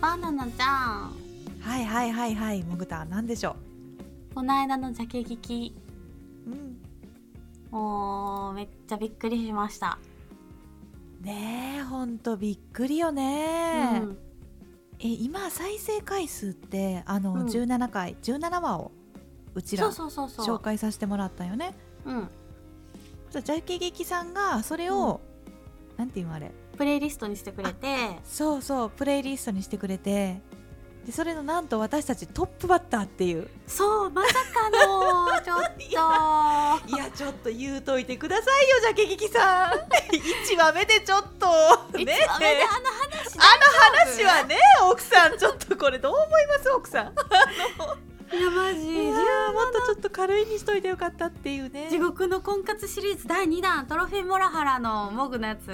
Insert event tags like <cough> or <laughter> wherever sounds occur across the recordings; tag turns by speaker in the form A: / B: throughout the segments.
A: バナナちゃん
B: はいはいはいはいもぐたなんでしょ
A: この間のジャケ聞き
B: う、うん、
A: もうめっちゃびっくりしました、
B: ねえほんとびっくりよね、
A: うん
B: え今再生回数ってあの、
A: うん
B: 17回17話をうち
A: そ
B: ら
A: うそうそうそ
B: 紹
A: う
B: 介させてもらったよね
A: うん
B: じゃあジャケ劇さんがそれを、なんていうのあれ
A: プレイリストにしてくれて
B: そうそうプレイリストにしてくれてでそれのなんと私たちトップバッターっていう
A: そうまさか
B: <laughs>
A: のちょっ
B: いやちょっと言うといてくださいよジャケ劇さ
A: <laughs>
B: ん一話目でちょっと
A: と一番目
B: ね
A: であの話あ
B: 話はね奥さんちょっとこれどう思います奥さん
A: いやマジ
B: いやーもっとちょっと軽いにしといてよかったっていうね
A: 地獄の婚活シリーズ第2弾トロフィーモラハラのモグのやつ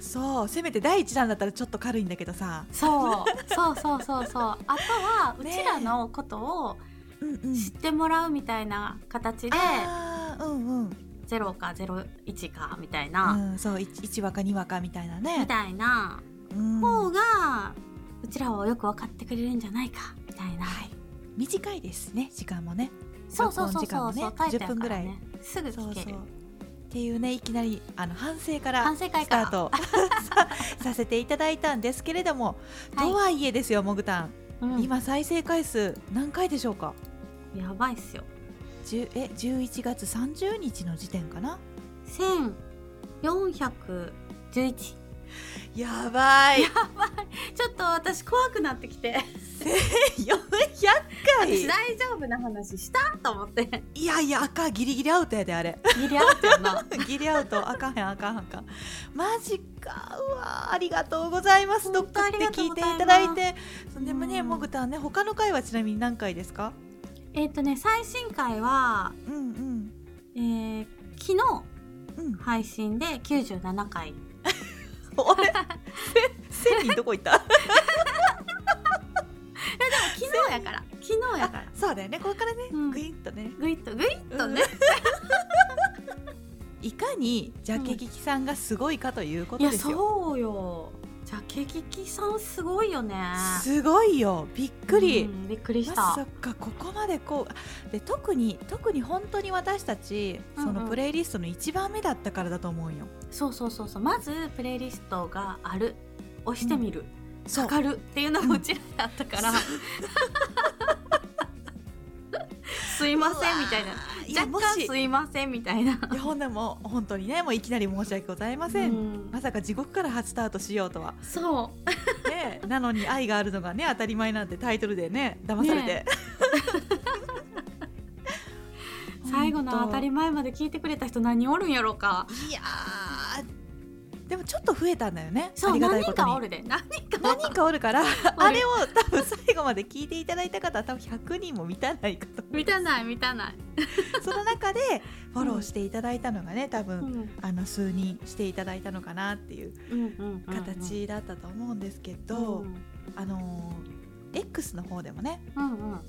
B: そうせめて第一弾だったらちょっと軽いんだけどさ <laughs>
A: そうそうそうそうそうあとはう
B: ねえ
A: ちらのことを
B: うんうん
A: 知ってもらうみたいな形で
B: あーうんうん
A: 0か01かみたいな、
B: うんそう 1, 話か2話かみたいなね
A: みたいな
B: うん
A: 方がうちらをよく分かってくれるんじゃないかみたいな、
B: はい短いですね時間もね
A: そうそうそう
B: 録
A: そう
B: 音時
A: そ
B: 間
A: う
B: もね
A: 書いてある
B: 10分
A: か
B: ぐ
A: ら
B: らい
A: ねすぐ
B: そう
A: 聞
B: そ
A: ける
B: うっていうねいきなりあの反省から
A: 反
B: ス
A: 省会か
B: タ
A: ら
B: ート <laughs> させていただいたんですけれども、とはいえですよもぐたん、
A: うん
B: 今再生回数何回でしょうか
A: やばいっすよ
B: 10え11月30日の時点かな
A: 1411ち <laughs>
B: やばい
A: ょっと私怖くなってきて
B: 400
A: 私
B: 回
A: 大丈夫な話したと思
B: <laughs>
A: って
B: いやいや赤ギリギリアウトやであれ <laughs>
A: ギリアウトやな
B: ギリアウトあかんへんあかんあかんマジかうわありがとうございますど
A: 本
B: っ
A: 当
B: か
A: あ
B: って
A: りがと
B: 聞
A: う
B: い
A: ご
B: て
A: ざいま
B: い
A: す
B: ただいてでもね
A: うん
B: もぐたんね他の回はちなみに何回ですか
A: えっとね最新回は、
B: うんうん
A: えー、昨日 <laughs>
B: うん
A: 配信で97回
B: あれせ千人どこ行った
A: 昨日やから昨日やから
B: そうだよねこれからね、
A: うん
B: グイッとね
A: グイッとグイッとね、
B: いかにジャケ聞きさんがすごいかというこ
A: い
B: と
A: や
B: ですよ、
A: そうよじゃあケキキさんすごいよね
B: すごいよびっくり、
A: うんびっくりし
B: ま
A: た
B: さかここまでこうで特に特に本当に私たち
A: うんう
B: そ
A: ん
B: のプレイリストの一番目だったからだと思うよ、
A: そうそうそうそうまずプレイリストがある押してみる、
B: そう
A: かかるっていうのもうちらだったから、
B: うん
A: すいませんみたいない
B: や
A: 若
B: も
A: 干
B: しい
A: すいませんみたいな
B: やほんでもう本当にねもういきなり申し訳ございません、
A: うん
B: まさか地獄から初スタートしようと <laughs> は
A: そう
B: ねなのに愛があるのがね当たり前なんてタイトルでね騙されて、
A: ね
B: <laughs>
A: 最後の当たり前まで聞いてくれた人何おるんやろうか
B: いやーでもちょっと増えたんだよね
A: そ
B: あ
A: う
B: りがた
A: 何
B: いこ
A: 人
B: とに
A: かおるで何人かお
B: 何
A: る
B: 人かおるからあれを多分最後まで聞いていただいた方は多分100人も満たないか
A: <laughs>
B: と思う
A: 満たない満たない、
B: その中でフォローしていただいたのがね多分、
A: うん、うん
B: あの数人していただいたのかなっていう
A: うんうん
B: 形だったと思うんですけど、
A: うん
B: あのー X の方でもね
A: うんうん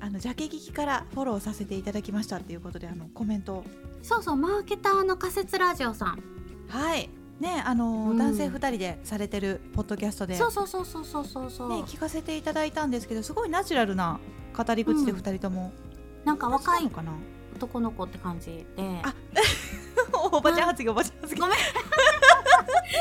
B: あのジャケ聞きからフォローさせていただきましたっていうことであのコメントを
A: そうそうマーケターの仮説ラジオさん
B: はいねあのー
A: うん
B: 男性2人でされてるポッドキャストで
A: そうそうそうそうそうそうそう、
B: ね、聞かせていただいたんですけどすごいナチュラルな語り口で
A: うん
B: 2人とも、
A: なんか若い
B: のかな
A: 男の子って感じで
B: あ <laughs> おばちゃん発言おばちゃん発言
A: ごめ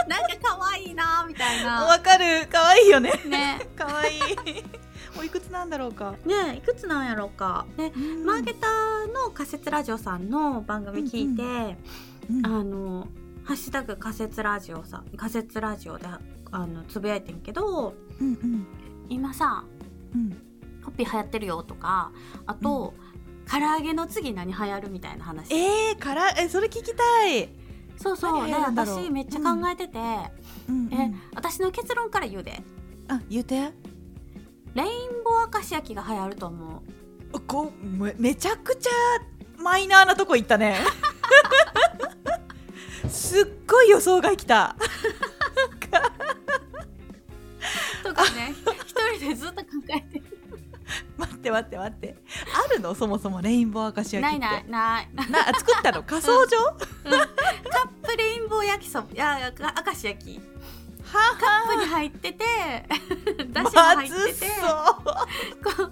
A: なんか可愛いなみたいな
B: わかる可愛いよね
A: <laughs> ね
B: 可愛い <laughs> おいくつなんだろうか、
A: ねいくつなんやろうかでマーケターの仮説ラジオさんの番組聞いて、
B: ううん
A: あの「ハッシュタグ仮説ラジオさ」仮説ラジオであのつぶやいてんけど
B: うんうん
A: 今さ
B: うん
A: ポピー流行ってるよとかあと、唐揚げの次何流行るみたいな話
B: えー、からえそれ聞きたい、
A: そうそう
B: 何
A: で
B: 流行るんだろう
A: 私めっちゃ考えてて、
B: うんうん
A: え私の結論から言うで
B: あ言うて
A: レインボー明石焼きが流行ると思う
B: こめめちゃくちゃマイナーなとこ行った <laughs> ねすっごい予想外きた
A: とか
B: <laughs>
A: ね一人でずっと考えて
B: 待って待って待ってあるのそもそもレインボー明石焼きって
A: ないないない
B: な作った <laughs> の仮想上、
A: カップレインボー焼きそばいやか明石焼きカップに入
B: <laughs>
A: っててだしも
B: ま
A: 入っ
B: ず
A: てて
B: そう
A: こう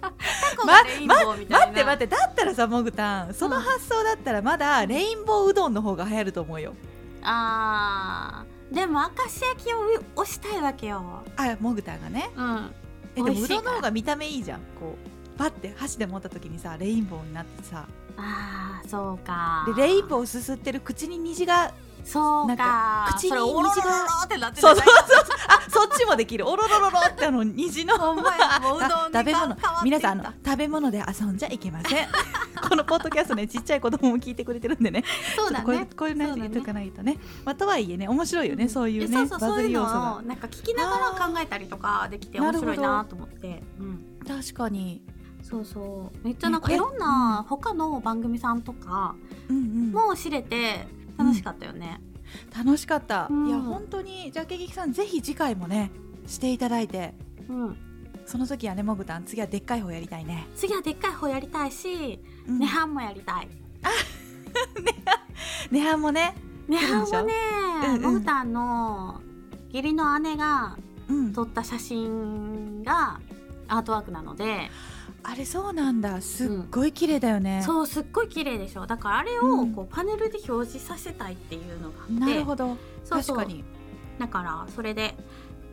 A: タコ
B: ま
A: がレインボーみたいな、
B: 待って待ってだったらさモグタンその発想だったらまだレインボーうどんの方が流行ると思うよ
A: あーでも明石焼きを押したいわけよ
B: あモグタンがね
A: うん
B: え
A: 美
B: でも
A: 味
B: う
A: しい
B: どんの
A: から
B: 方が見た目いいじゃんこうパッて箸で持った時にさレインボーになってさ
A: あーそうか
B: でレインボーをすすってる口に虹が
A: そう
B: な
A: か
B: んか口に
A: それ
B: 虹が
A: オロロロロってなって
B: そうそう
A: ね
B: そうそうあそっちもできるおろろろろってあの虹 <laughs> の
A: ほんまやもううどん
B: あ
A: に
B: 食べ物
A: 変わってい
B: 皆
A: った
B: さんあの食べ物で遊んじゃいけま <laughs> せんこのポッドキャストねちっちゃい子供も聞いてくれてるんでね
A: そうだ
B: ちょっ
A: ね
B: とこういうこういうの
A: そうだ
B: 言
A: ね
B: っとかないとねまあ、とはいえね面白いよね、そういうね
A: そうそう
B: バ
A: そ
B: ズ
A: うい
B: り
A: う
B: 要
A: の
B: 素が
A: をなんか聞きながら考えたりとかできて
B: あー
A: 面白いなと思って、うん、
B: 確かに、
A: そうそうめっちゃなんか
B: ね
A: い
B: これ
A: ろんな他の番組さんとか
B: うんうん、
A: も知れて楽しかったよね、
B: 楽しかった、
A: うん
B: いや本当にじゃあケキキさんぜひ次回もねしていただいて
A: うん
B: その時はねもぐたん次はでっかい方やりたいね、
A: 次はでっかい方やりたいし
B: うん
A: ネハンもやりた
B: <laughs>
A: い
B: ねはんもね
A: ネハンもね
B: うんうん
A: モグタンの義理の姉が
B: うん
A: 撮った写真がアートワークなので、
B: あれそうなんだすっごい綺麗だよね、
A: そうすっごい綺麗でしょだからあれ
B: う
A: を
B: ん
A: こうパネルで表示させたいっていうのがあって
B: なるほど
A: そうそう
B: 確かに
A: だからそれで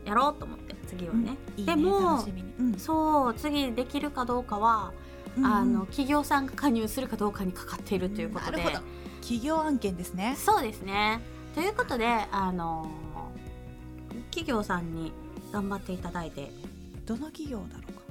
A: やろうと思って次はね,、
B: いい
A: で
B: ね
A: も
B: 楽しみに、うん
A: そう次できるかどうかは、
B: うん
A: あの企業さんが加入するかどうかにかかっているということで、
B: なるほど企業案件ですね
A: そうですね。ということで、あのー企業さんに頑張っていただいて、
B: どの企業だろうか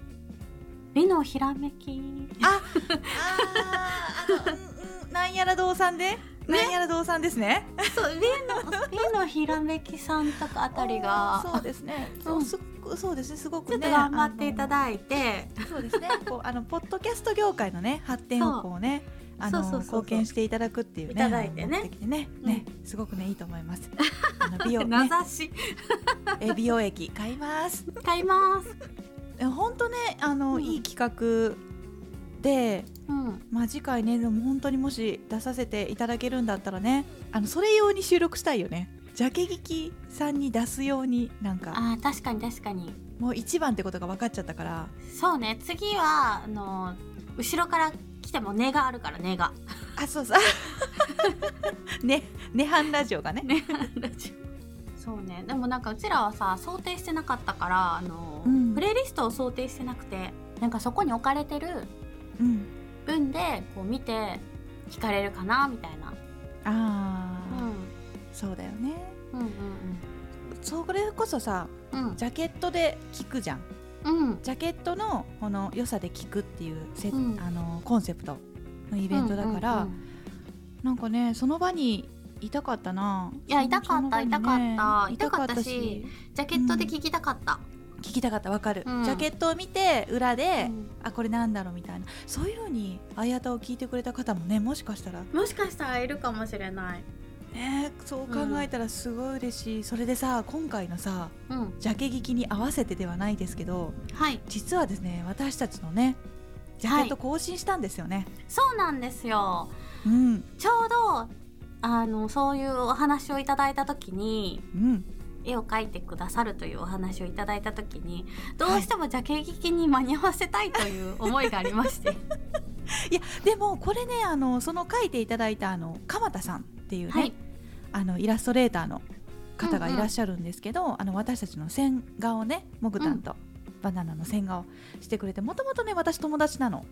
A: 美のひらめき。
B: あーあの、うんうん、なんやら堂さんで、なんやら堂さんですね
A: そう、美の、美のひらめきさんとかあたり
B: おー <laughs> そ
A: が。
B: うですね
A: ん
B: そうすっごそうですねすごく
A: ちょ
B: ね
A: っと頑張っていた
B: い
A: だいて、
B: てそうですねこうあのポッドキャスト業界のね発展をこうねあの
A: そうそうそうそう
B: 貢献していただくっていうね
A: いただいてね
B: あの目的でねね、すごくねいいと思います
A: <laughs>
B: あの美容、
A: 名
B: ね、
A: 指し
B: え美容液買います
A: 買います。
B: え本当ねあの、
A: うん
B: いい企画で
A: うん、
B: まあ次回ねでも本当にもし出させていただけるんだったらねあのそれ用に収録したいよねジャケ聞きさんに出すようになんか
A: あー、確かに確かに。
B: もう一番ってことが分かっちゃったから
A: そうね、次は、あのー後ろから来ても根があるから、根が。 <laughs>
B: あそうそう <laughs> ね涅槃ラジオがね
A: ね、そうね、でもなんかうちらはさ想定してなかったからあの、
B: うん
A: プレイリストを想定してなくてなんかそこに置かれてる
B: うん
A: 分でこう見て聞かれるかなみたいな、
B: あ
A: うん、
B: ー、そうだよね
A: うん
B: それこそさ
A: うんうん
B: ジャケットで聞くじゃん
A: うんうん
B: ジャケットのこの良さで聞くっていうせ、
A: うん
B: あのコンセプトのイベントだから、
A: うんうんうん
B: なんかねその場にいたかったない
A: や
B: そ
A: い
B: の
A: たかった
B: その場に
A: いたかった
B: い
A: いジャケットで聞きたかった、
B: 聞きたかったわかる、
A: うん
B: ジャケットを見て裏で、
A: うん
B: あこれなんだろうみたいなそういうふうにあやたを聞いてくれた方もねもしかしたら
A: もしかしたらいるかもしれない
B: ねそう考えたらすごい嬉しい、それでさ今回のさ
A: うん
B: ジャケ聞きに合わせてではないですけど
A: はい
B: 実はですね私たちのねジャケット更新したんですよね、
A: そうなんですよ
B: うん
A: ちょうどあのそういうお話をいただいた時に
B: うん
A: 絵を描いてくださるというお話をいただいた時にどうしてもジャケ聞きに間に合わせたいという思いがありまして、
B: いやでもこれねあのその書いていただいたあの鎌田さんっていうね、
A: はい、
B: あのイラストレーターの方が
A: うんうん
B: いらっしゃるんですけど、あの私たちの線画をねもぐたんとバナナの線画をしてくれてもともとね私友達なの。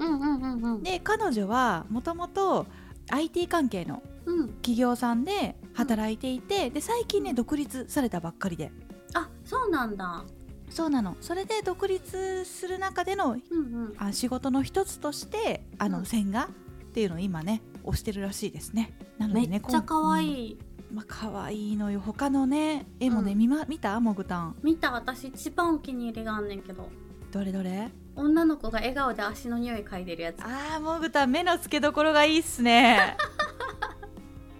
A: うんうんうんうん
B: で彼女はもともと IT 関係の
A: うん
B: 企業さんで働いていて、で最近ね独立されたばっかりで
A: あそうなんだ
B: そうなのそれで独立する中での
A: うんうん
B: あ仕事の一つとしてあ
A: うん
B: の線画っていうのを今ね推してるらしいですね。なの
A: め
B: で
A: っ
B: ね
A: ちゃ可愛
B: い、
A: い、
B: まあ、可愛いのよ他のね絵もね、
A: うん
B: 見ま見たもぐたん
A: 見た私一番お気に入りがあんねんけど
B: どれどれ
A: 女の子が笑顔で足の匂い嗅いでるやつ
B: あーもぐた目の付けどころがいいっ
A: <laughs>
B: すね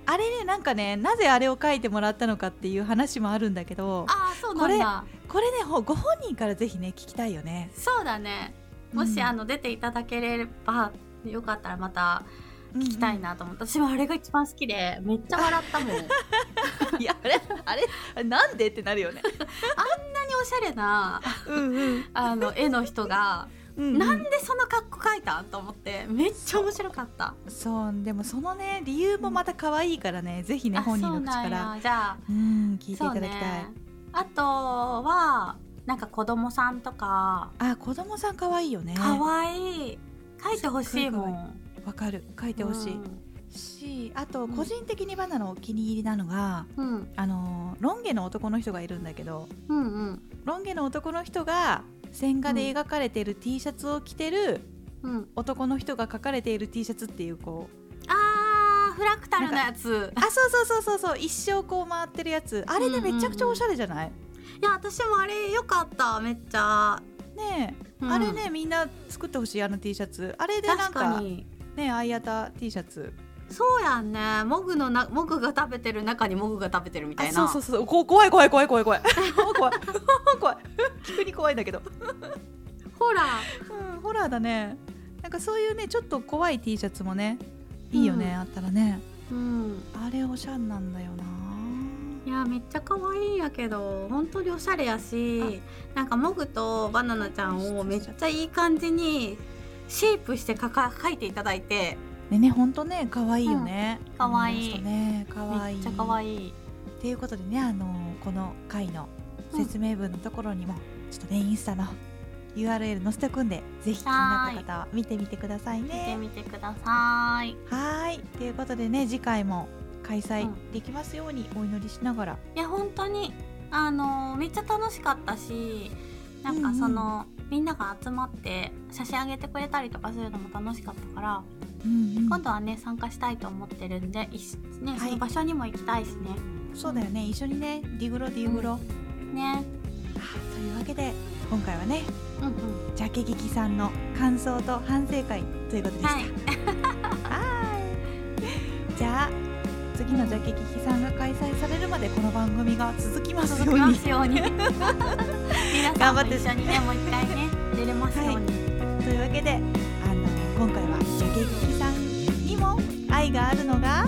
B: あれねなんかねなぜあれを書いてもらったのかっていう話もあるんだけど
A: あーそうなんだ
B: これねほご本人からぜひね聞きたいよね
A: そうだねもし、
B: うん
A: あの出ていただければよかったらまた聞きたいなと思って、私はあれが一番好きでめっちゃ笑ったも
B: <laughs>
A: んあんなに
B: いやあれあれあれ <laughs> なんでってなるよね。
A: おしゃれな
B: うん <laughs> うん
A: あの絵の人が
B: うん
A: なんでその格好描いたんと思ってめっちゃ面白かった
B: そうでもそのね理由もまた可愛いからねぜひね
A: あ
B: 本人の口
A: そう
B: か
A: な
B: ら
A: んやじゃあ
B: うん聞いていただきたい。
A: そうね、あとはなんか子供さんとか
B: あ子供さん可愛いよね。
A: 可愛いい書いてほしいもん
B: わかる書いてほしい。しあと
A: うん
B: 個人的にバナのお気に入りなのが、
A: うん、うん
B: あのロン毛の男の人がいるんだけど
A: うんうん
B: ロン毛の男の人が線画で描かれている T シャツを着てる
A: うん
B: 男の人が描かれている T シャツっていうこう
A: あーフラクタルのやつ
B: あそうそうそうそうそう一生こう回ってるやつあれでめちゃくちゃおしゃれじゃない、
A: いや私もあれよかっためっちゃ、
B: ねえ、
A: うん
B: あれねみんな作ってほしいあの T シャツあれでなん
A: 確か
B: か
A: に
B: ねアイアタ T シャツ
A: そうやんねモグのなモグが食べてる中にモグが食べてるみたい
B: あ
A: な
B: そうそうそうこ怖い怖い怖い怖い怖 <laughs> い怖い怖い怖い急に怖いんだけど
A: ほら
B: うん、ホラーだねなんかそういうねちょっと怖い T シャツもねいいよね、
A: うん
B: あったらね
A: うん
B: あれおしゃんなんだよない
A: やめっちゃ可愛いんやけど本当におしゃれやしなんかモグとバナナちゃんをめっちゃいい感じにシェイプしてかか描いていただいて
B: ねねほんとね可愛いよね、
A: ん可愛い
B: あの人ね可
A: め
B: 愛い
A: っちゃ可愛い
B: っていうことでねあのこの回の説明文のところにも、ちょっとねインスタの URL 載せておくんでぜひ気になった方は見てみてください
A: 見て
B: ね
A: みてください
B: はーいということでね次回も開催
A: うん
B: できますようにお祈りしながら、
A: いや本当にあのめっちゃ楽しかったしなんかその、みんなが集まって写真あげてくれたりとかするのも楽しかったから
B: うんうん
A: 今度はね参加したいと思ってるんで、いしね、
B: はい
A: その場所にも行きたいしね
B: そうだよね一緒にねディグロディグロ、
A: ね
B: というわけで今回はね
A: うんうん
B: ジャケ劇さんの感想と反省会ということでした
A: は
B: はいーいじゃあ次のジャケ劇さんが開催されるまでこの番組が続きますよ
A: 続
B: う
A: きま
B: に
A: すよう
B: <laughs>
A: に皆さんも一緒にねもう一回ね出れますように、
B: というわけであの今回はジャケ劇さんにも愛があるのが